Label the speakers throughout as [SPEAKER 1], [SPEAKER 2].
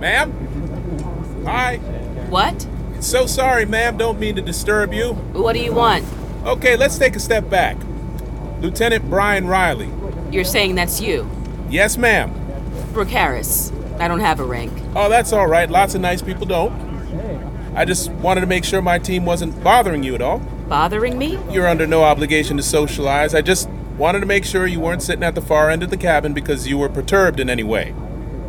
[SPEAKER 1] Ma'am? Hi.
[SPEAKER 2] What?
[SPEAKER 1] So sorry, ma'am. Don't mean to disturb you.
[SPEAKER 2] What do you want?
[SPEAKER 1] Okay, let's take a step back. Lieutenant Brian Riley.
[SPEAKER 2] You're saying that's you.
[SPEAKER 1] Yes, ma'am.
[SPEAKER 2] Brooke Harris. I don't have a rank.
[SPEAKER 1] Oh, that's all right. Lots of nice people don't. I just wanted to make sure my team wasn't bothering you at all.
[SPEAKER 2] Bothering me?
[SPEAKER 1] You're under no obligation to socialize. I just wanted to make sure you weren't sitting at the far end of the cabin because you were perturbed in any way.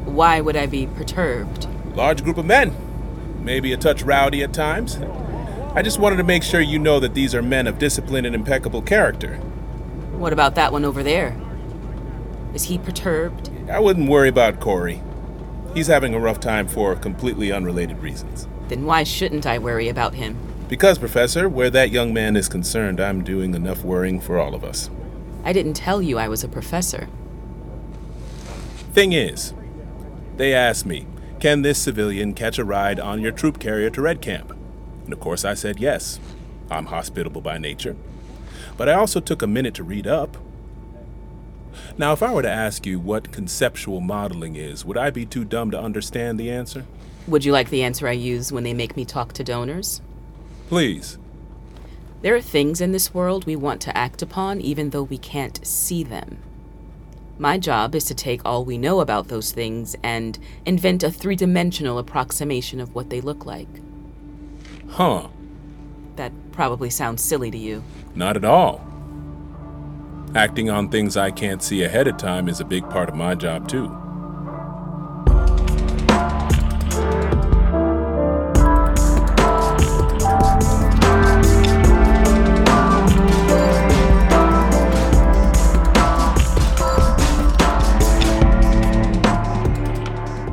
[SPEAKER 2] Why would I be perturbed?
[SPEAKER 1] large group of men, maybe a touch rowdy at times. I just wanted to make sure you know that these are men of discipline and impeccable character.
[SPEAKER 2] What about that one over there? Is he perturbed?
[SPEAKER 1] I wouldn't worry about Corey. He's having a rough time for completely unrelated reasons.
[SPEAKER 2] Then why shouldn't I worry about him?
[SPEAKER 1] Because, Professor, where that young man is concerned, I'm doing enough worrying for all of us.
[SPEAKER 2] I didn't tell you I was a professor.
[SPEAKER 1] Thing is, they asked me, can this civilian catch a ride on your troop carrier to Red Camp? And of course I said yes. I'm hospitable by nature. But I also took a minute to read up. Now, if I were to ask you what conceptual modeling is, would I be too dumb to understand the answer?
[SPEAKER 2] Would you like the answer I use when they make me talk to donors?
[SPEAKER 1] Please.
[SPEAKER 2] There are things in this world we want to act upon even though we can't see them. My job is to take all we know about those things and invent a three dimensional approximation of what they look like.
[SPEAKER 1] Huh.
[SPEAKER 2] That probably sounds silly to you.
[SPEAKER 1] Not at all. Acting on things I can't see ahead of time is a big part of my job, too.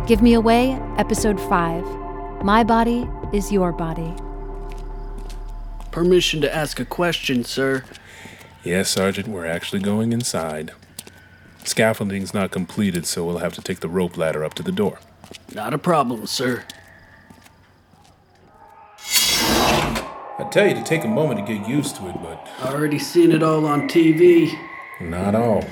[SPEAKER 3] Give Me Away, Episode 5 My Body is Your Body.
[SPEAKER 4] Permission to ask a question, sir.
[SPEAKER 1] Yes, Sergeant, we're actually going inside. Scaffolding's not completed, so we'll have to take the rope ladder up to the door.
[SPEAKER 4] Not a problem, sir.
[SPEAKER 1] I tell you to take a moment to get used to it, but
[SPEAKER 4] Already seen it all on TV.
[SPEAKER 1] not all.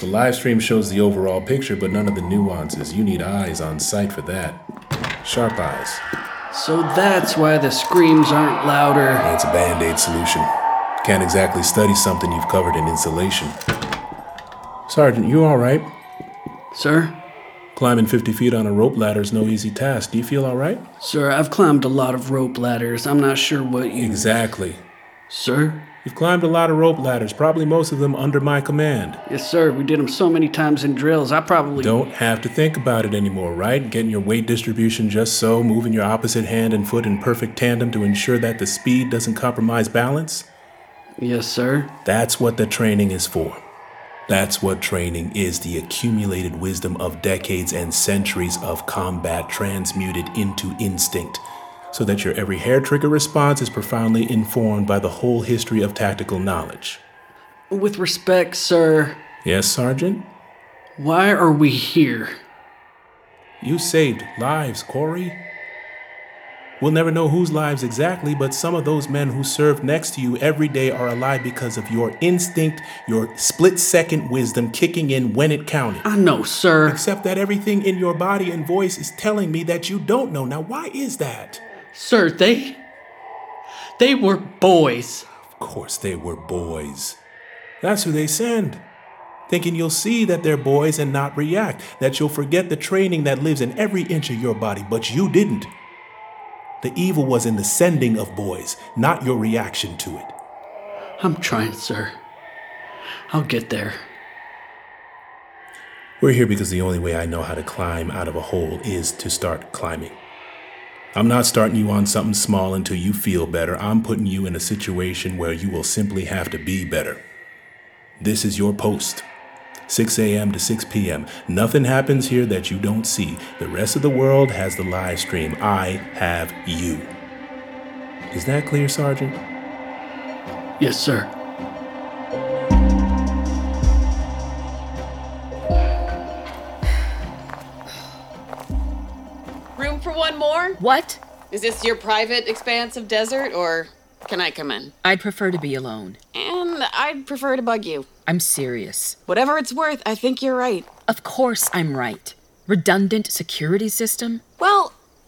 [SPEAKER 1] The live stream shows the overall picture, but none of the nuances. You need eyes on sight for that. Sharp eyes.
[SPEAKER 4] So that's why the screams aren't louder.
[SPEAKER 1] That's a band aid solution. Can't exactly study something you've covered in insulation. Sergeant, you alright?
[SPEAKER 4] Sir?
[SPEAKER 1] Climbing 50 feet on a rope ladder is no easy task. Do you feel alright?
[SPEAKER 4] Sir, I've climbed a lot of rope ladders. I'm not sure what you.
[SPEAKER 1] Exactly.
[SPEAKER 4] Sir?
[SPEAKER 1] You've climbed a lot of rope ladders, probably most of them under my command.
[SPEAKER 4] Yes, sir. We did them so many times in drills. I probably.
[SPEAKER 1] Don't have to think about it anymore, right? Getting your weight distribution just so, moving your opposite hand and foot in perfect tandem to ensure that the speed doesn't compromise balance.
[SPEAKER 4] Yes, sir.
[SPEAKER 1] That's what the training is for. That's what training is the accumulated wisdom of decades and centuries of combat transmuted into instinct, so that your every hair trigger response is profoundly informed by the whole history of tactical knowledge.
[SPEAKER 4] With respect, sir,
[SPEAKER 1] Yes, Sergeant?
[SPEAKER 4] why are we here?
[SPEAKER 1] You saved lives, Corey. We'll never know whose lives exactly, but some of those men who serve next to you every day are alive because of your instinct, your split second wisdom kicking in when it counted.
[SPEAKER 4] I know, sir.
[SPEAKER 1] Except that everything in your body and voice is telling me that you don't know. Now, why is that?
[SPEAKER 4] Sir, they. They were boys.
[SPEAKER 1] Of course, they were boys. That's who they send. Thinking you'll see that they're boys and not react, that you'll forget the training that lives in every inch of your body, but you didn't. The evil was in the sending of boys, not your reaction to it.
[SPEAKER 4] I'm trying, sir. I'll get there.
[SPEAKER 1] We're here because the only way I know how to climb out of a hole is to start climbing. I'm not starting you on something small until you feel better. I'm putting you in a situation where you will simply have to be better. This is your post. 6 a.m. to 6 p.m. Nothing happens here that you don't see. The rest of the world has the live stream. I have you. Is that clear, Sergeant?
[SPEAKER 4] Yes, sir.
[SPEAKER 5] Room for one more?
[SPEAKER 2] What?
[SPEAKER 5] Is this your private expanse of desert, or can I come in?
[SPEAKER 2] I'd prefer to be alone.
[SPEAKER 5] And I'd prefer to bug you.
[SPEAKER 2] I'm serious.
[SPEAKER 5] Whatever it's worth, I think you're right.
[SPEAKER 2] Of course I'm right. Redundant security system?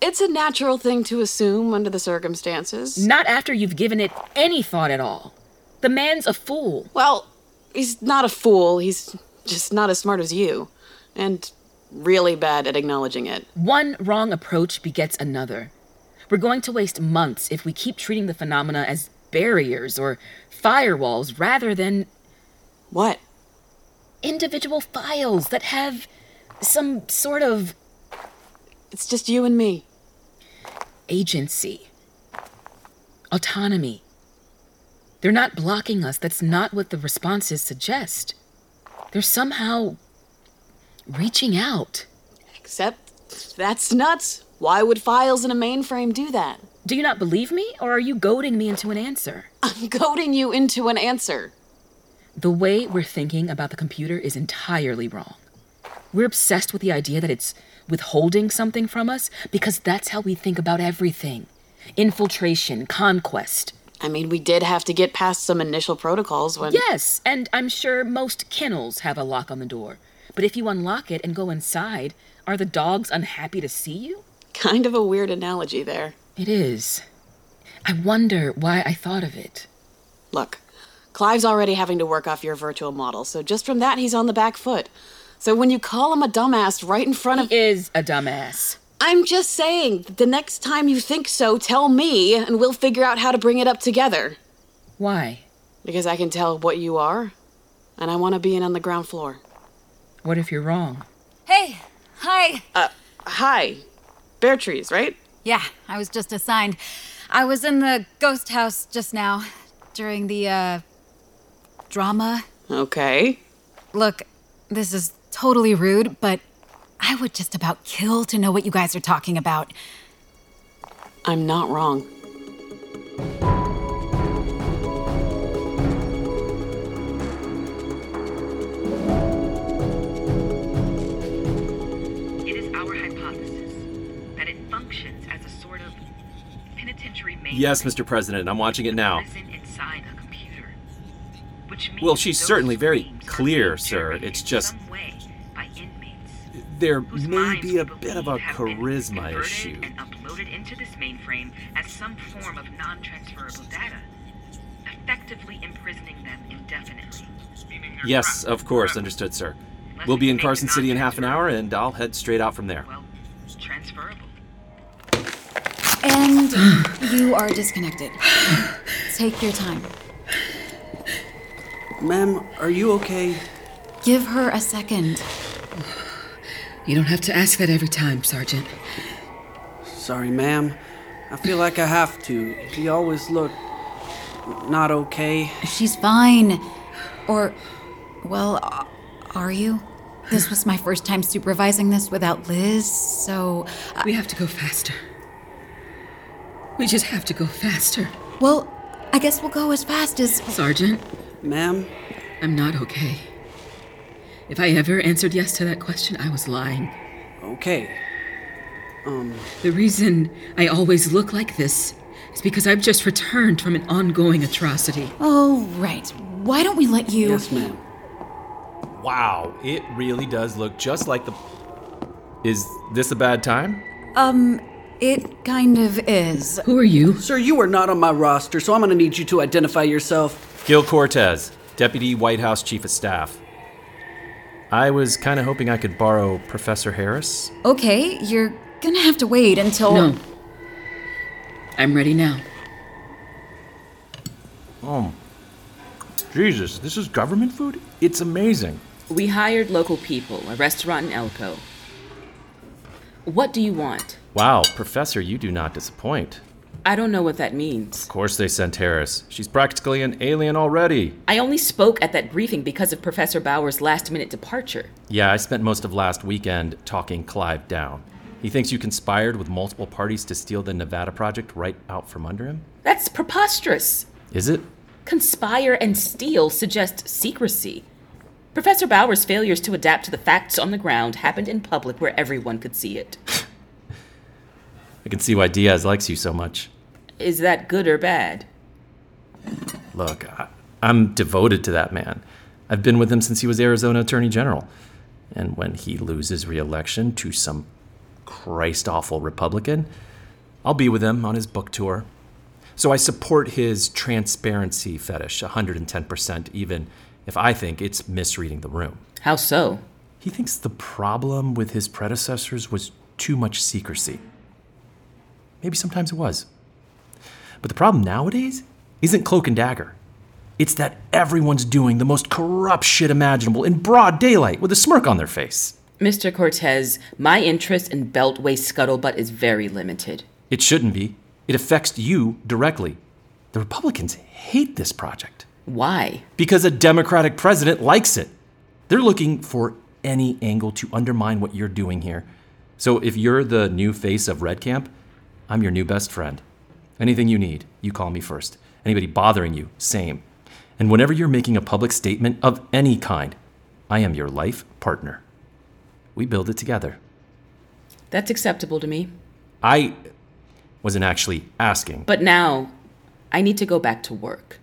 [SPEAKER 5] It's a natural thing to assume under the circumstances.
[SPEAKER 2] Not after you've given it any thought at all. The man's a fool.
[SPEAKER 5] Well, he's not a fool. He's just not as smart as you. And really bad at acknowledging it.
[SPEAKER 2] One wrong approach begets another. We're going to waste months if we keep treating the phenomena as barriers or firewalls rather than
[SPEAKER 5] What?
[SPEAKER 2] individual files that have some sort of
[SPEAKER 5] It's just you and me.
[SPEAKER 2] agency, autonomy. They're not blocking us. That's not what the responses suggest. They're somehow reaching out.
[SPEAKER 5] Except that's nuts. Why would files in a mainframe do that?
[SPEAKER 2] Do you not believe me, or are you goading me into an answer?
[SPEAKER 5] I'm goading you into an answer.
[SPEAKER 2] The way we're thinking about the computer is entirely wrong. We're obsessed with the idea that it's withholding something from us because that's how we think about everything infiltration, conquest.
[SPEAKER 5] I mean, we did have to get past some initial protocols when.
[SPEAKER 2] Yes, and I'm sure most kennels have a lock on the door. But if you unlock it and go inside, are the dogs unhappy to see you?
[SPEAKER 5] Kind of a weird analogy there.
[SPEAKER 2] It is. I wonder why I thought of it.
[SPEAKER 5] Look, Clive's already having to work off your virtual model, so just from that, he's on the back foot. So when you call him a dumbass right in front of.
[SPEAKER 2] Is a dumbass.
[SPEAKER 5] I'm just saying, the next time you think so, tell me, and we'll figure out how to bring it up together.
[SPEAKER 2] Why?
[SPEAKER 5] Because I can tell what you are, and I want to be in on the ground floor.
[SPEAKER 2] What if you're wrong?
[SPEAKER 6] Hey, hi.
[SPEAKER 5] Hi, Bear Trees, right?
[SPEAKER 6] yeah, I was just assigned. I was in the ghost house just now during the uh drama.
[SPEAKER 5] Okay.
[SPEAKER 6] Look, this is totally rude, but I would just about kill to know what you guys are talking about.
[SPEAKER 5] I'm not wrong.
[SPEAKER 7] It is our hypothesis that it functions as a sort of penitentiary mainframe.
[SPEAKER 8] Yes, Mr. President, I'm watching it now.
[SPEAKER 7] prison inside a computer. Which means
[SPEAKER 8] Well, she's
[SPEAKER 7] those
[SPEAKER 8] certainly very
[SPEAKER 7] dreams are
[SPEAKER 8] clear,
[SPEAKER 7] being
[SPEAKER 8] sir.
[SPEAKER 7] generated
[SPEAKER 8] It's
[SPEAKER 7] in
[SPEAKER 8] just-
[SPEAKER 7] some way by inmates
[SPEAKER 8] There
[SPEAKER 7] whose
[SPEAKER 8] may
[SPEAKER 7] minds
[SPEAKER 8] be
[SPEAKER 7] we
[SPEAKER 8] a bit of a
[SPEAKER 7] believe have been
[SPEAKER 8] charisma
[SPEAKER 7] converted
[SPEAKER 8] issue.
[SPEAKER 7] And uploaded into this mainframe as some form of non-transferable data, effectively imprisoning them indefinitely.
[SPEAKER 8] Yes, of course, understood, sir. We'll be in Carson City in half an hour, and I'll head straight out from there.
[SPEAKER 7] Well, transferable.
[SPEAKER 6] And you are disconnected. Take your time.
[SPEAKER 4] Ma'am, are you okay?
[SPEAKER 6] Give her a second.
[SPEAKER 2] You don't have to ask that every time, Sergeant.
[SPEAKER 4] Sorry, ma'am. I feel like I have to. He always looked not okay.
[SPEAKER 6] She's fine. Or, well, a- are you? This was my first time supervising this without Liz, so.
[SPEAKER 9] We have to go faster. We just have to go faster.
[SPEAKER 6] Well, I guess we'll go as fast as.
[SPEAKER 9] Sergeant,
[SPEAKER 4] Ma'am,
[SPEAKER 9] I'm not okay. If I ever answered yes to that question, I was lying.
[SPEAKER 4] okay.
[SPEAKER 9] The reason I always look like this is because I've just returned from an ongoing atrocity.
[SPEAKER 6] Oh, right. Why don't we let you.
[SPEAKER 4] Yes, ma'am.
[SPEAKER 8] Wow, it really does look just like the. Is this a bad time?
[SPEAKER 6] Um, it kind of is.
[SPEAKER 9] Who are you?
[SPEAKER 4] Sir, you are not on my roster, so I'm gonna need you to identify yourself.
[SPEAKER 8] Gil Cortez, Deputy White House Chief of Staff. I was kind of hoping I could borrow Professor Harris.
[SPEAKER 6] Okay, you're gonna have to wait
[SPEAKER 2] Oh.
[SPEAKER 6] until.
[SPEAKER 9] No. I'm ready now.
[SPEAKER 8] Jesus, this is government food? It's amazing.
[SPEAKER 2] We hired local people, a restaurant in Elko. What do you want?
[SPEAKER 8] Wow, Professor, you do not disappoint.
[SPEAKER 2] I don't know what that means.
[SPEAKER 8] Of course they sent Harris. She's practically an alien already.
[SPEAKER 2] I only spoke at that briefing because of Professor Bauer's last minute departure.
[SPEAKER 8] Yeah, I spent most of last weekend talking Clive down. He thinks you conspired with multiple parties to steal the Nevada project right out from under him?
[SPEAKER 2] That's preposterous.
[SPEAKER 8] Is it?
[SPEAKER 2] Conspire and steal suggest secrecy. Professor Bauer's failures to adapt to the facts on the ground happened in public where everyone could see it.
[SPEAKER 8] I can see why Diaz likes you so much.
[SPEAKER 2] Is that good or bad?
[SPEAKER 8] Look, I, I'm devoted to that man. I've been with him since he was Arizona Attorney General. And when he loses re election to some Christ awful Republican. I'll be with him on his book tour. So I support his transparency fetish 110%, even if I think it's misreading the room.
[SPEAKER 2] How so?
[SPEAKER 8] He thinks the problem with his predecessors was too much secrecy. Maybe sometimes it was. But the problem nowadays isn't cloak and dagger. It's that everyone's doing the most corrupt shit imaginable in broad daylight with a smirk on their face.
[SPEAKER 2] Mr. Cortez, my interest in Beltway scuttlebutt is very limited.
[SPEAKER 8] It shouldn't be. It affects you directly. The Republicans hate this project
[SPEAKER 2] Why?
[SPEAKER 8] because a Democratic president likes it. They're looking for any angle to undermine what you're doing here. So if you're the new face of Red Camp, I'm your new best friend. Anything you need, you call me first. Anybody bothering you, same. And whenever you're making a public statement of any kind, I am your life partner. We build it together.
[SPEAKER 2] That's acceptable to me.
[SPEAKER 8] I wasn't actually asking.
[SPEAKER 2] But now, I need to go back to work.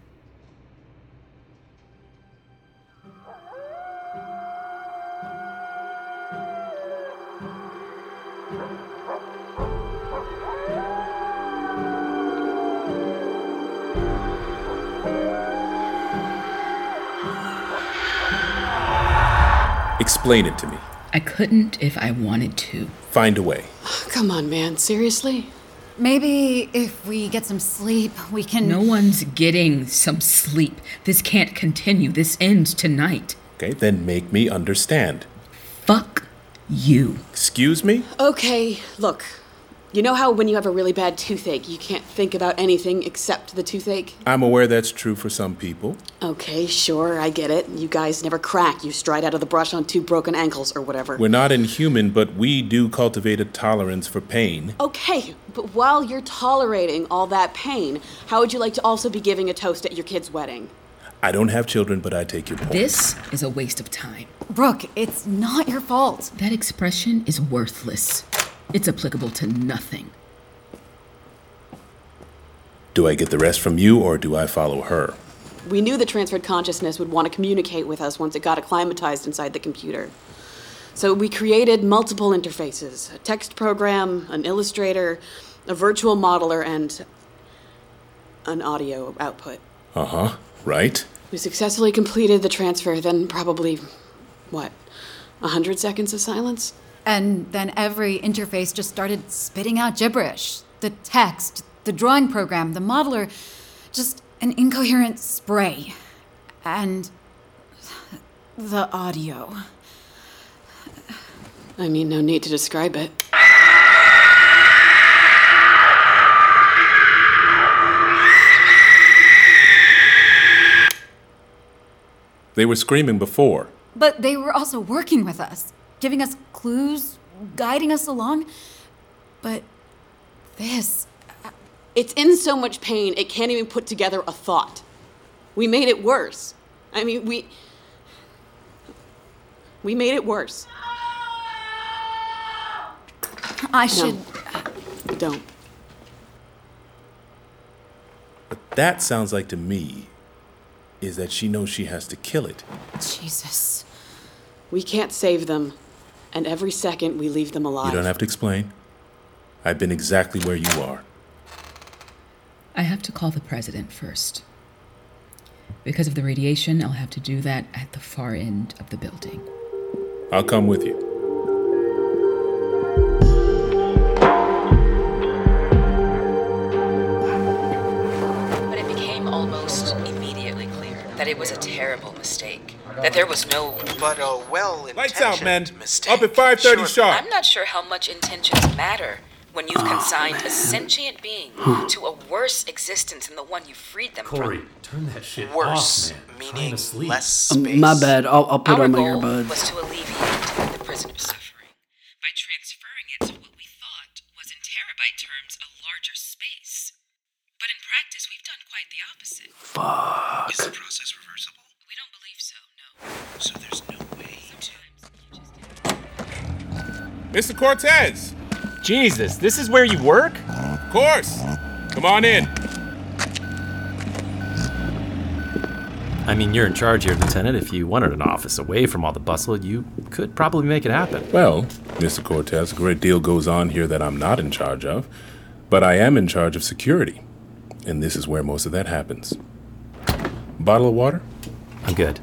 [SPEAKER 1] Explain it to me.
[SPEAKER 9] I couldn't if I wanted to.
[SPEAKER 1] Find a way.
[SPEAKER 5] Come on, man. Seriously?
[SPEAKER 6] Maybe if we get some sleep, we can.
[SPEAKER 9] No one's getting some sleep. This can't continue. This ends tonight.
[SPEAKER 1] Okay, then make me understand.
[SPEAKER 9] Fuck you.
[SPEAKER 1] Excuse me?
[SPEAKER 5] Okay, look. You know how when you have a really bad toothache, you can't think about anything except the toothache?
[SPEAKER 1] I'm aware that's true for some people.
[SPEAKER 5] Okay, sure, I get it. You guys never crack. You stride out of the brush on two broken ankles or whatever.
[SPEAKER 1] We're not inhuman, but we do cultivate a tolerance for pain.
[SPEAKER 5] Okay, but while you're tolerating all that pain, how would you like to also be giving a toast at your kid's wedding?
[SPEAKER 1] I don't have children, but I take your point.
[SPEAKER 9] This is a waste of time.
[SPEAKER 6] Brooke, it's not your fault.
[SPEAKER 9] That expression is worthless. It's applicable to nothing.
[SPEAKER 1] Do I get the rest from you or do I follow her?
[SPEAKER 5] We knew the transferred consciousness would want to communicate with us once it got acclimatized inside the computer. So we created multiple interfaces a text program, an illustrator, a virtual modeler, and an audio output.
[SPEAKER 1] Uh huh. Right?
[SPEAKER 5] We successfully completed the transfer, then probably, what, a 100 seconds of silence?
[SPEAKER 6] And then every interface just started spitting out gibberish the text, the drawing program, the modeler, just an incoherent spray. And the audio.
[SPEAKER 5] I mean, no need to describe it.
[SPEAKER 1] They were screaming before.
[SPEAKER 6] But they were also working with us, giving us clues, guiding us along. But this.
[SPEAKER 5] It's in so much pain, it can't even put together a thought. We made it worse. I mean, we. We made it worse.
[SPEAKER 6] I should.
[SPEAKER 5] Don't.
[SPEAKER 1] What that sounds like to me is that she knows she has to kill it.
[SPEAKER 6] Jesus.
[SPEAKER 5] We can't save them, and every second we leave them alive.
[SPEAKER 1] You don't have to explain. I've been exactly where you are.
[SPEAKER 9] I have to call the president first. Because of the radiation, I'll have to do that at the far end of the building.
[SPEAKER 1] I'll come with you.
[SPEAKER 2] But it became almost immediately clear that it was a terrible mistake. That there was no.
[SPEAKER 10] But a well
[SPEAKER 1] Lights out, man.
[SPEAKER 10] intentioned mistake.
[SPEAKER 1] Up at 5:30
[SPEAKER 10] surely-
[SPEAKER 1] sharp.
[SPEAKER 2] I'm not sure how much intentions matter when you've consigned a sentient being to a worse existence than the one you freed them from.
[SPEAKER 11] turn that shit
[SPEAKER 10] Worse, meaning less space.
[SPEAKER 4] Um, my bad. I'll, I'll put
[SPEAKER 2] Our
[SPEAKER 4] on my
[SPEAKER 2] goal
[SPEAKER 4] earbuds.
[SPEAKER 2] was to alleviate the prison of suffering by transferring it to what we thought was in terabyte terms a larger space. But in practice, we've done quite the opposite.
[SPEAKER 4] Fuck.
[SPEAKER 11] Is the process reversible?
[SPEAKER 2] We don't believe so, no.
[SPEAKER 11] So there's no way to.
[SPEAKER 1] Mr. Cortez,
[SPEAKER 8] Jesus, this is where you work?
[SPEAKER 1] of course. Come on in.
[SPEAKER 8] I mean, you're in charge here, Lieutenant. If you wanted an office away from all the bustle, you could probably make it happen.
[SPEAKER 1] Well, Mr. Cortez, a great deal goes on here that I'm not in charge of, but I am in charge of security, and this is where most of that happens. Bottle of water?
[SPEAKER 8] I'm good.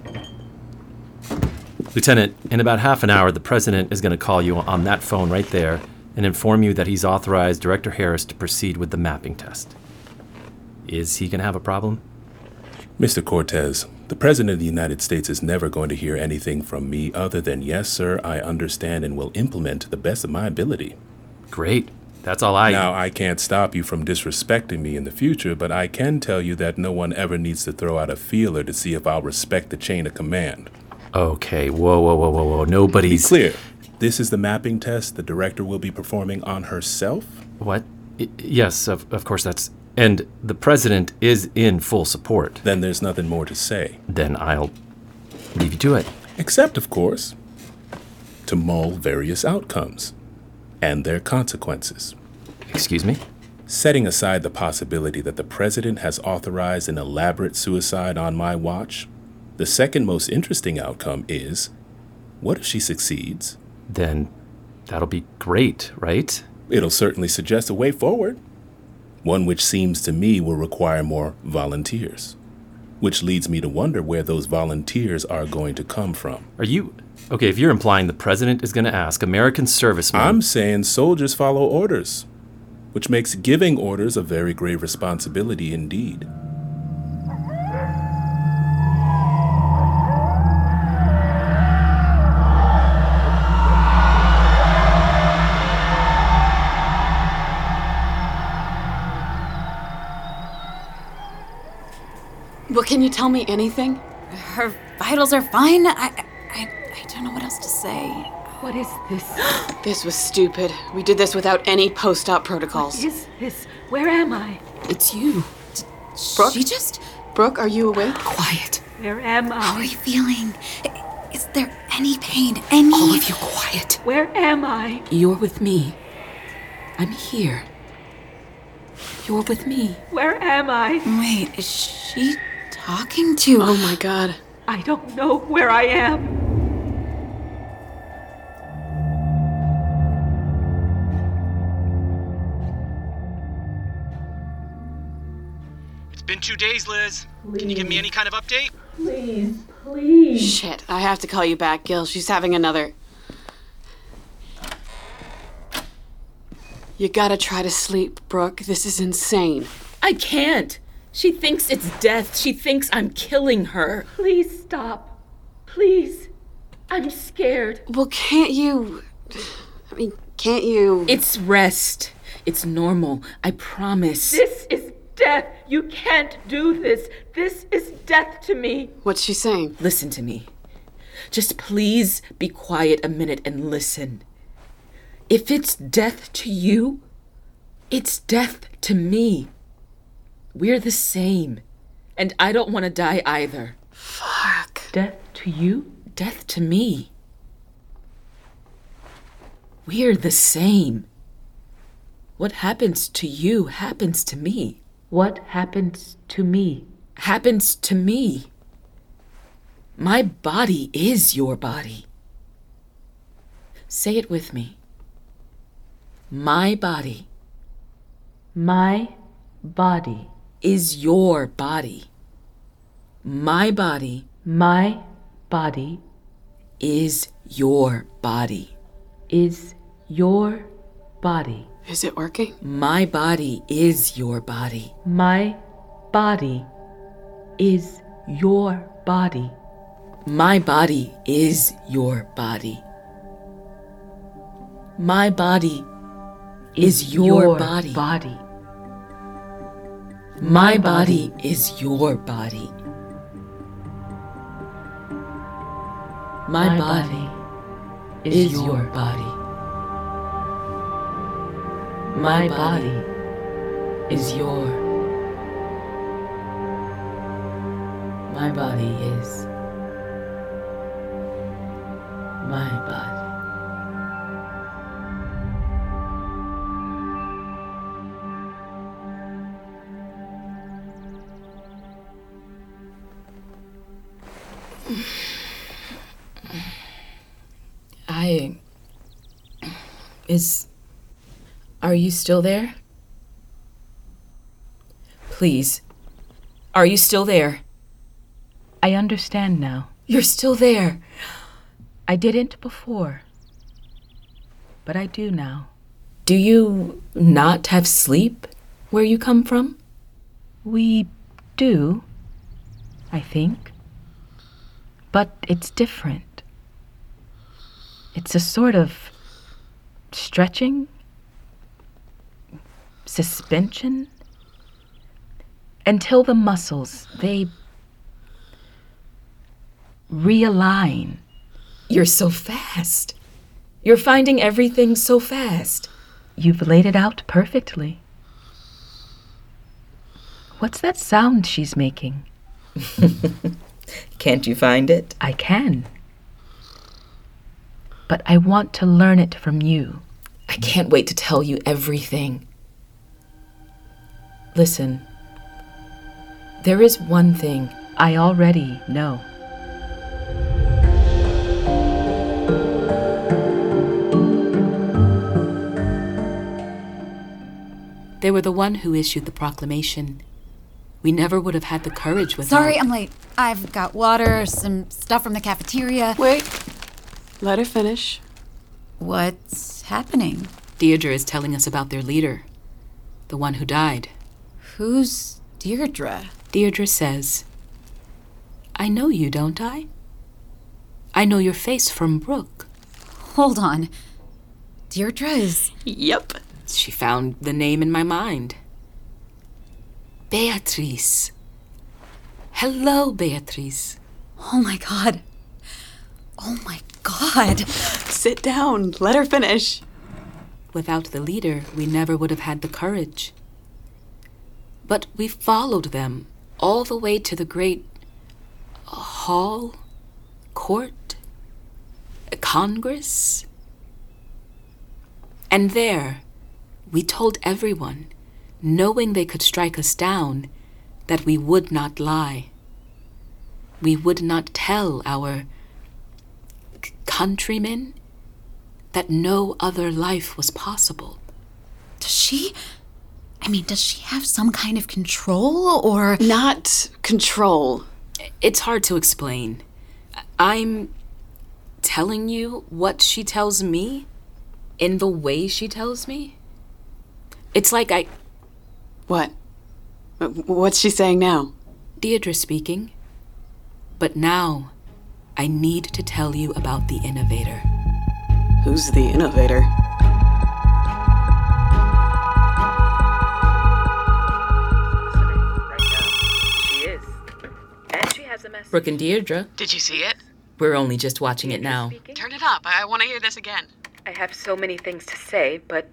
[SPEAKER 8] Lieutenant, in about half an hour, the President is going to call you on that phone right there and inform you that he's authorized Director Harris to proceed with the mapping test. Is he going to have a problem?
[SPEAKER 1] Mr. Cortez, the President of the United States is never going to hear anything from me other than, yes, sir, I understand and will implement to the best of my ability.
[SPEAKER 8] Great. That's all I.
[SPEAKER 1] Now, I can't stop you from disrespecting me in the future, but I can tell you that no one ever needs to throw out a feeler to see if I'll respect the chain of command.
[SPEAKER 8] Okay, whoa, whoa, whoa, whoa, whoa. Nobody's.
[SPEAKER 1] Be clear. This is the mapping test the director will be performing on herself.
[SPEAKER 8] What? I- yes, of, of course that's. And the President is in full support.
[SPEAKER 1] Then there's nothing more to say.
[SPEAKER 8] Then I'll leave you to it.
[SPEAKER 1] Except, of course, to mull various outcomes and their consequences.
[SPEAKER 8] Excuse me?
[SPEAKER 1] Setting aside the possibility that the president has authorized an elaborate suicide on my watch, the second most interesting outcome is what if she succeeds?
[SPEAKER 8] Then that'll be great, right?
[SPEAKER 1] It'll certainly suggest a way forward, one which seems to me will require more volunteers, which leads me to wonder where those volunteers are going to come from.
[SPEAKER 8] Are you. Okay, if you're implying the President is going to ask American servicemen.
[SPEAKER 1] I'm saying soldiers follow orders, which makes giving orders a very grave responsibility indeed.
[SPEAKER 5] Well, can you tell me anything?
[SPEAKER 6] Her vitals are fine. I, I, I don't know what else to say.
[SPEAKER 12] What is this?
[SPEAKER 5] This was stupid. We did this without any post op protocols.
[SPEAKER 12] What is this? Where am I?
[SPEAKER 5] It's you. D-
[SPEAKER 6] Brooke? She just.
[SPEAKER 5] Brooke, are you awake?
[SPEAKER 9] Quiet.
[SPEAKER 12] Where am I?
[SPEAKER 6] How are you feeling? I- Is there any pain? Any?
[SPEAKER 9] All of you quiet.
[SPEAKER 12] Where am I?
[SPEAKER 9] You're with me. I'm here. You're with me.
[SPEAKER 12] Where am I?
[SPEAKER 6] Wait, is she talking to?
[SPEAKER 5] Oh my god.
[SPEAKER 12] I don't know where I am.
[SPEAKER 11] It's been two days, Liz. Can you give me any kind of update?
[SPEAKER 12] Please, please.
[SPEAKER 5] Shit, I have to call you back, Gil. She's having another. You gotta try to sleep, Brooke. This is insane.
[SPEAKER 2] I can't. She thinks it's death. She thinks I'm killing her.
[SPEAKER 12] Please stop. Please. I'm scared.
[SPEAKER 5] Well, can't you. I mean, can't you.
[SPEAKER 2] It's rest. It's normal. I promise.
[SPEAKER 12] This is death. You can't do this. This is death to me.
[SPEAKER 5] What's she saying?
[SPEAKER 2] Listen to me. Just please be quiet a minute and listen. If it's death to you, it's death to me. We're the same. And I don't want to die either.
[SPEAKER 5] Fuck.
[SPEAKER 2] Death to you, death to me. We're the same. What happens to you happens to me. What happens to me happens to me. My body is your body. Say it with me. My body. My body is your body. My body. My body is your body. Is your body.
[SPEAKER 5] Is it working?
[SPEAKER 2] My body is your body. My body is your body. My body is your body. My body is your, body. My body is your body. My, body, is your body. My body is your. My body is. My body.
[SPEAKER 13] I. Is. Are you still there? Please. Are you still there?
[SPEAKER 14] I understand now.
[SPEAKER 13] You're still there.
[SPEAKER 14] I didn't before. But I do now.
[SPEAKER 13] Do you not have sleep where you come from?
[SPEAKER 14] We do, I think. But it's different. It's a sort of stretching, suspension, until the muscles, they realign.
[SPEAKER 13] You're so fast. You're finding everything so fast.
[SPEAKER 14] You've laid it out perfectly. What's that sound she's making?
[SPEAKER 13] Can't you find it?
[SPEAKER 14] I can. But I want to learn it from you.
[SPEAKER 13] I can't wait to tell you everything. Listen, there is one thing
[SPEAKER 14] I already know.
[SPEAKER 2] They were the one who issued the proclamation. We never would have had the courage without.
[SPEAKER 6] Sorry, I'm late. I've got water, some stuff from the cafeteria.
[SPEAKER 5] Wait. Let her finish.
[SPEAKER 6] What's happening?
[SPEAKER 2] Deirdre is telling us about their leader, the one who died.
[SPEAKER 6] Who's Deirdre?
[SPEAKER 2] Deirdre says, I know you, don't I? I know your face from Brooke.
[SPEAKER 6] Hold on. Deirdre is.
[SPEAKER 5] Yep.
[SPEAKER 2] She found the name in my mind. Beatrice. Hello, Beatrice.
[SPEAKER 6] Oh my god. Oh my god.
[SPEAKER 5] Sit down. Let her finish.
[SPEAKER 2] Without the leader, we never would have had the courage. But we followed them all the way to the great hall, court, congress. And there, we told everyone, knowing they could strike us down, that we would not lie. We would not tell our c- countrymen that no other life was possible.
[SPEAKER 6] Does she. I mean, does she have some kind of control or.
[SPEAKER 5] Not control.
[SPEAKER 2] It's hard to explain. I'm telling you what she tells me in the way she tells me. It's like I.
[SPEAKER 5] What? What's she saying now?
[SPEAKER 2] Deirdre speaking. But now, I need to tell you about the innovator.
[SPEAKER 5] Who's the innovator?
[SPEAKER 7] She is. And she has a message.
[SPEAKER 2] Brooke and Deirdre.
[SPEAKER 5] Did you see it?
[SPEAKER 2] We're only just watching it now.
[SPEAKER 5] Turn it up. I, I want to hear this again.
[SPEAKER 7] I have so many things to say, but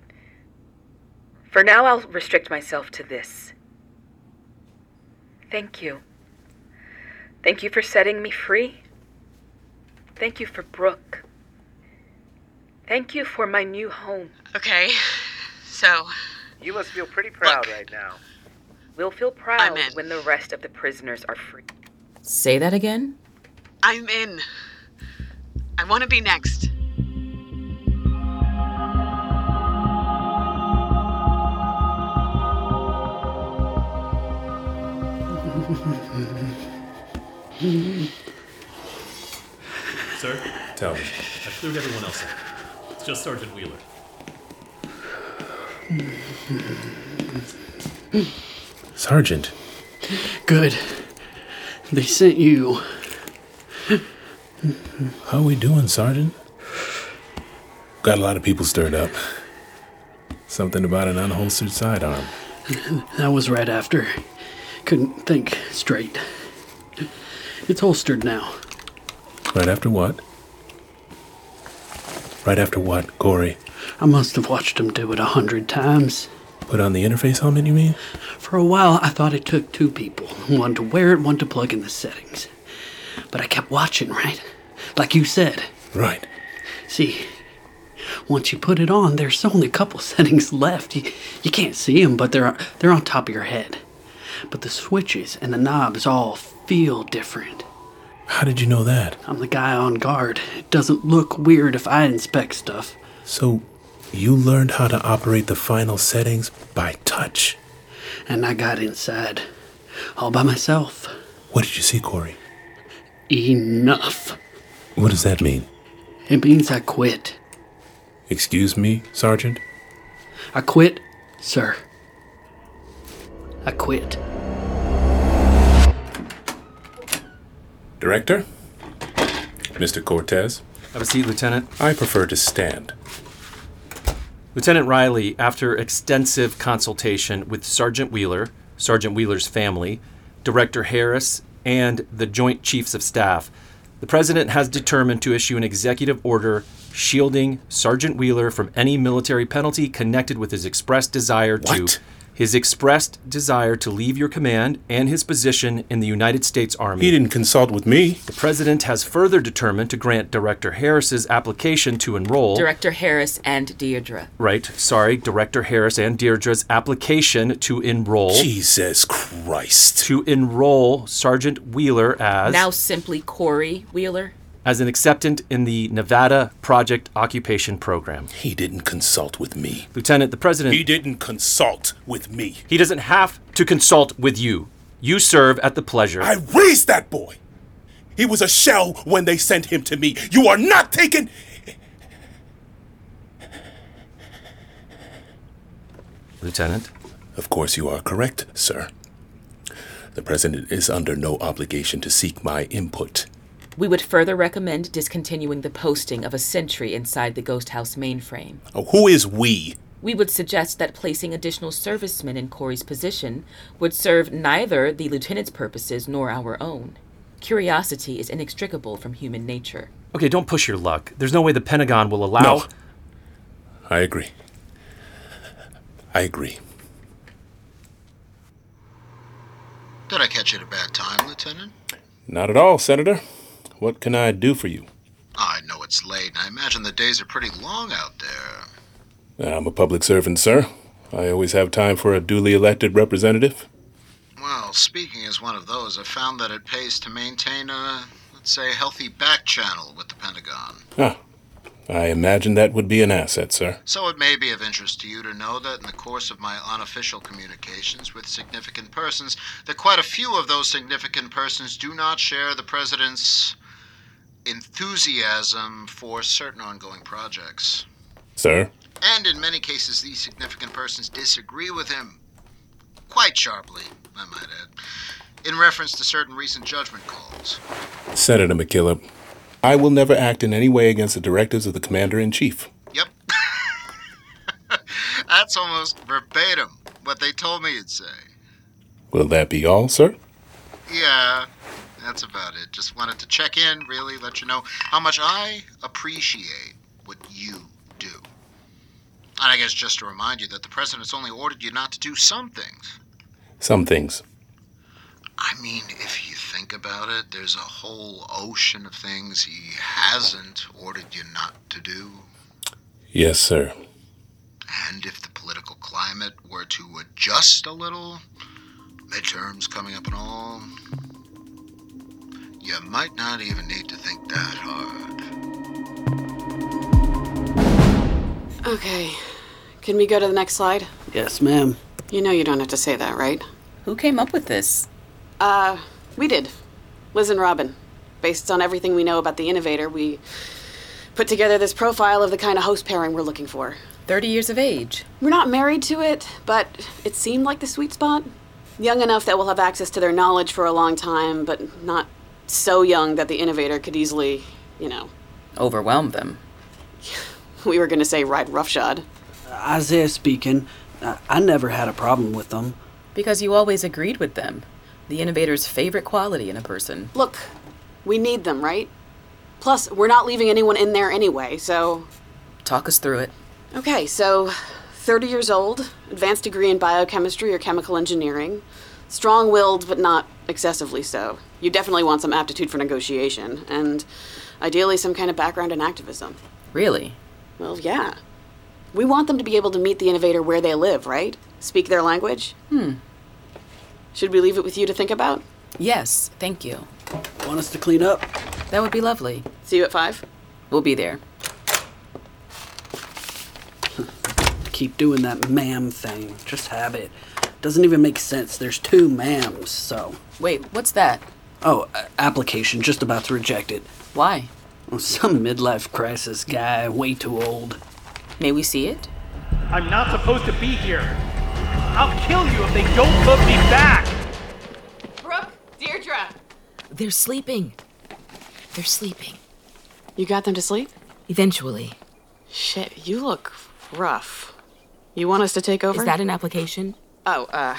[SPEAKER 7] for now, I'll restrict myself to this. Thank you. Thank you for setting me free. Thank you for Brooke. Thank you for my new home.
[SPEAKER 5] Okay, so.
[SPEAKER 15] You must feel pretty proud right now.
[SPEAKER 7] We'll feel proud when the rest of the prisoners are free.
[SPEAKER 2] Say that again?
[SPEAKER 5] I'm in. I want to be next.
[SPEAKER 16] Sir?
[SPEAKER 1] Tell me.
[SPEAKER 16] I cleared everyone else out. It's just Sergeant Wheeler.
[SPEAKER 1] Sergeant.
[SPEAKER 4] Good. They sent you.
[SPEAKER 1] How we doing, Sergeant? Got a lot of people stirred up. Something about an unholstered sidearm.
[SPEAKER 4] That was right after. Couldn't think straight. It's holstered now.
[SPEAKER 1] Right after what? Right after what, Corey?
[SPEAKER 4] I must have watched him do it a hundred times.
[SPEAKER 1] Put on the interface helmet, you mean?
[SPEAKER 4] For a while, I thought it took two people one to wear it, one to plug in the settings. But I kept watching, right? Like you said.
[SPEAKER 1] Right.
[SPEAKER 4] See, once you put it on, there's only a couple settings left. You, you can't see them, but they're, they're on top of your head. But the switches and the knobs all feel different.
[SPEAKER 1] How did you know that?
[SPEAKER 4] I'm the guy on guard. It doesn't look weird if I inspect stuff.
[SPEAKER 1] So, you learned how to operate the final settings by touch.
[SPEAKER 4] And I got inside. All by myself.
[SPEAKER 1] What did you see, Corey?
[SPEAKER 4] Enough.
[SPEAKER 1] What does that mean?
[SPEAKER 4] It means I quit.
[SPEAKER 1] Excuse me, Sergeant?
[SPEAKER 4] I quit, sir. I quit.
[SPEAKER 1] Director? Mr. Cortez?
[SPEAKER 8] Have a seat, Lieutenant.
[SPEAKER 1] I prefer to stand.
[SPEAKER 8] Lieutenant Riley, after extensive consultation with Sergeant Wheeler, Sergeant Wheeler's family, Director Harris, and the Joint Chiefs of Staff, the President has determined to issue an executive order shielding Sergeant Wheeler from any military penalty connected with his expressed desire
[SPEAKER 1] What?
[SPEAKER 8] to his expressed desire to leave your command and his position in the United States Army.
[SPEAKER 1] He didn't consult with me.
[SPEAKER 8] The president has further determined to grant Director Harris's application to enroll.
[SPEAKER 2] Director Harris and Deirdre.
[SPEAKER 8] Right, sorry, Director Harris and Deirdre's application to enroll.
[SPEAKER 1] Oh. Jesus Christ.
[SPEAKER 8] To enroll Sergeant Wheeler as
[SPEAKER 2] now simply Corey Wheeler.
[SPEAKER 8] as an acceptant in the Nevada Project Occupation Program.
[SPEAKER 1] He didn't consult with me.
[SPEAKER 8] Lieutenant, the president
[SPEAKER 1] He didn't consult with me.
[SPEAKER 8] He doesn't have to consult with you. You serve at the pleasure.
[SPEAKER 1] I raised that boy. He was a shell when they sent him to me. You are not taking.
[SPEAKER 8] Lieutenant?
[SPEAKER 1] Of course, you are correct, sir. The President is under no obligation to seek my input.
[SPEAKER 2] We would further recommend discontinuing the posting of a sentry inside the Ghost House mainframe.
[SPEAKER 1] Oh, who is we?
[SPEAKER 2] We would suggest that placing additional servicemen in Corey's position would serve neither the lieutenant's purposes nor our own. Curiosity is inextricable from human nature.
[SPEAKER 8] Okay, don't push your luck. There's no way the Pentagon will allow.
[SPEAKER 1] No. I agree. I agree.
[SPEAKER 17] Did I catch you at a bad time, Lieutenant?
[SPEAKER 1] Not at all, Senator. What can I do for you?
[SPEAKER 17] I know it's late, and I imagine the days are pretty long out there.
[SPEAKER 1] I'm a public servant, sir. I always have time for a duly elected representative.
[SPEAKER 17] Well, speaking as one of those, I found that it pays to maintain uh, a, let's say, healthy back channel with the Pentagon.
[SPEAKER 1] Ah, I imagine that would be an asset, sir.
[SPEAKER 17] So it may be of interest to you to know that in the course of my unofficial communications with significant persons, that quite a few of those significant persons do not share the President's enthusiasm for certain ongoing projects.
[SPEAKER 1] Sir?
[SPEAKER 17] And in many cases, these significant persons disagree with him. Quite sharply, I might add. In reference to certain recent judgment calls.
[SPEAKER 1] Senator McKillop, I will never act in any way against the directives of the Commander in Chief.
[SPEAKER 17] Yep. That's almost verbatim what they told me you'd say.
[SPEAKER 1] Will that be all, sir?
[SPEAKER 17] Yeah, that's about it. Just wanted to check in, really, let you know how much I appreciate what you do. And I guess just to remind you that the President's only ordered you not to do some things.
[SPEAKER 1] Some things.
[SPEAKER 17] I mean, if you think about it, there's a whole ocean of things he hasn't ordered you not to do.
[SPEAKER 1] Yes, sir.
[SPEAKER 17] And if the political climate were to adjust a little, midterms coming up and all, you might not even need to think that hard.
[SPEAKER 5] Okay. Can we go to the next slide?
[SPEAKER 4] Yes, ma'am.
[SPEAKER 5] You know you don't have to say that, right?
[SPEAKER 2] Who came up with this?
[SPEAKER 5] Uh, we did. Liz and Robin. Based on everything we know about the innovator, we put together this profile of the kind of host pairing we're looking for.
[SPEAKER 2] 30 years of age.
[SPEAKER 5] We're not married to it, but it seemed like the sweet spot. Young enough that we'll have access to their knowledge for a long time, but not so young that the innovator could easily, you know,
[SPEAKER 2] Overwhelm them.
[SPEAKER 5] we were gonna say ride roughshod.
[SPEAKER 4] Isaiah speaking, I, I never had a problem with them.
[SPEAKER 2] Because you always agreed with them. The innovator's favorite quality in a person.
[SPEAKER 5] Look, we need them, right? Plus, we're not leaving anyone in there anyway, so.
[SPEAKER 2] Talk us through it.
[SPEAKER 5] Okay, so 30 years old, advanced degree in biochemistry or chemical engineering, strong willed but not excessively so. You definitely want some aptitude for negotiation, and ideally some kind of background in activism.
[SPEAKER 2] Really?
[SPEAKER 5] Well, yeah. We want them to be able to meet the innovator where they live, right? Speak their language?
[SPEAKER 2] Hmm.
[SPEAKER 5] Should we leave it with you to think about?
[SPEAKER 2] Yes, thank you.
[SPEAKER 4] Want us to clean up?
[SPEAKER 2] That would be lovely.
[SPEAKER 5] See you at five?
[SPEAKER 2] We'll be there.
[SPEAKER 4] Keep doing that ma'am thing. Just have it. Doesn't even make sense. There's two ma'ams, so.
[SPEAKER 2] Wait, what's that?
[SPEAKER 4] Oh, a- application. Just about to reject it.
[SPEAKER 2] Why?
[SPEAKER 4] Well, Some midlife crisis guy, way too old.
[SPEAKER 2] May we see it?
[SPEAKER 18] I'm not supposed to be here. I'll kill you if they don't put me back.
[SPEAKER 12] Brooke, Deirdre.
[SPEAKER 13] They're sleeping. They're sleeping.
[SPEAKER 5] You got them to sleep?
[SPEAKER 13] Eventually.
[SPEAKER 5] Shit, you look rough. You want us to take over?
[SPEAKER 2] Is that an application?
[SPEAKER 5] Oh, uh,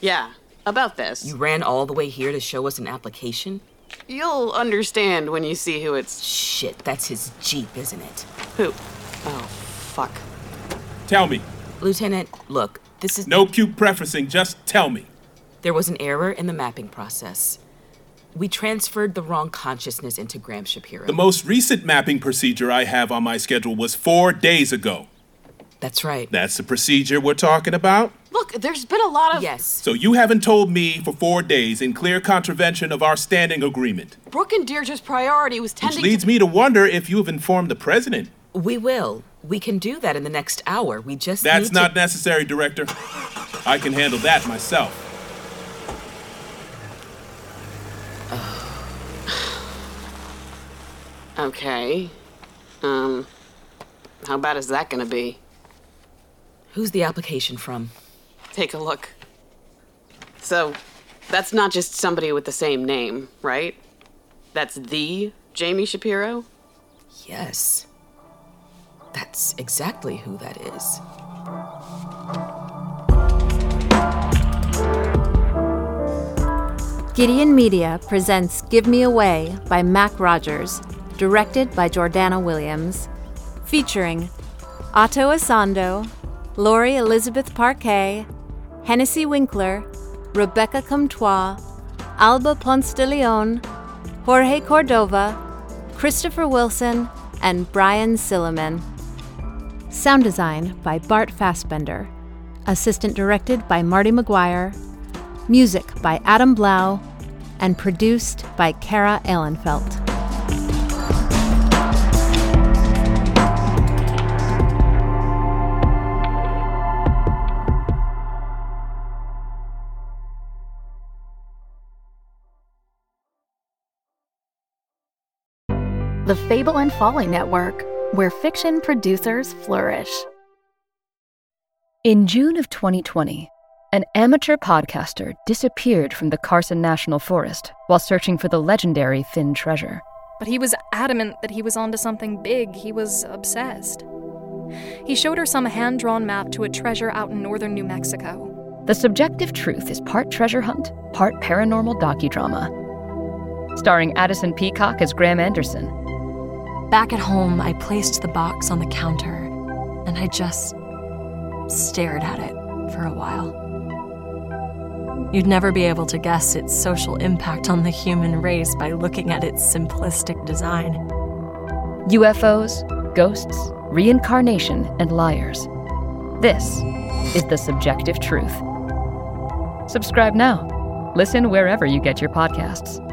[SPEAKER 5] yeah. About this.
[SPEAKER 2] You ran all the way here to show us an application?
[SPEAKER 5] You'll understand when you see who it's.
[SPEAKER 2] Shit, that's his Jeep, isn't it?
[SPEAKER 5] Who? Oh, fuck.
[SPEAKER 1] Tell me.
[SPEAKER 2] Lieutenant, look, this is.
[SPEAKER 1] No cute prefacing, just tell me.
[SPEAKER 2] There was an error in the mapping process. We transferred the wrong consciousness into Graham Shapiro.
[SPEAKER 1] The most recent mapping procedure I have on my schedule was four days ago.
[SPEAKER 2] That's right.
[SPEAKER 1] That's the procedure we're talking about?
[SPEAKER 5] Look, there's been a lot of.
[SPEAKER 2] Yes.
[SPEAKER 1] So you haven't told me for four days in clear contravention of our standing agreement,
[SPEAKER 5] Brooke and Deirdre's priority was
[SPEAKER 1] which
[SPEAKER 5] tending
[SPEAKER 1] leads
[SPEAKER 5] to.
[SPEAKER 1] me to wonder if you have informed the president.
[SPEAKER 2] We will. We can do that in the next hour. We just.
[SPEAKER 1] That's
[SPEAKER 2] need to-
[SPEAKER 1] not necessary, Director. I can handle that myself.
[SPEAKER 5] Okay. Um, how bad is that gonna be?
[SPEAKER 2] Who's the application from?
[SPEAKER 5] Take a look. So, that's not just somebody with the same name, right? That's the Jamie Shapiro?
[SPEAKER 2] Yes. That's exactly who that is.
[SPEAKER 3] Gideon Media presents Give Me Away by Mac Rogers, directed by Jordana Williams, featuring Otto Asando, Lori Elizabeth Parquet, Hennessy Winkler, Rebecca Comtois, Alba Ponce de Leon, Jorge Cordova, Christopher Wilson, and Brian Silliman. Sound design by Bart Fassbender, assistant directed by Marty McGuire, music by Adam Blau, and produced by Kara Ehlenfeld.
[SPEAKER 19] The Fable and Folly Network, where fiction producers flourish.
[SPEAKER 20] In June of 2020, an amateur podcaster disappeared from the Carson National Forest while searching for the legendary Thin Treasure.
[SPEAKER 21] But he was adamant that he was onto something big. He was obsessed. He showed her some hand drawn map to a treasure out in northern New Mexico.
[SPEAKER 20] The subjective truth is part treasure hunt, part paranormal docudrama. Starring Addison Peacock as Graham Anderson.
[SPEAKER 22] Back at home, I placed the box on the counter and I just stared at it for a while. You'd never be able to guess its social impact on the human race by looking at its simplistic design.
[SPEAKER 20] UFOs, ghosts, reincarnation, and liars. This is the subjective truth. Subscribe now. Listen wherever you get your podcasts.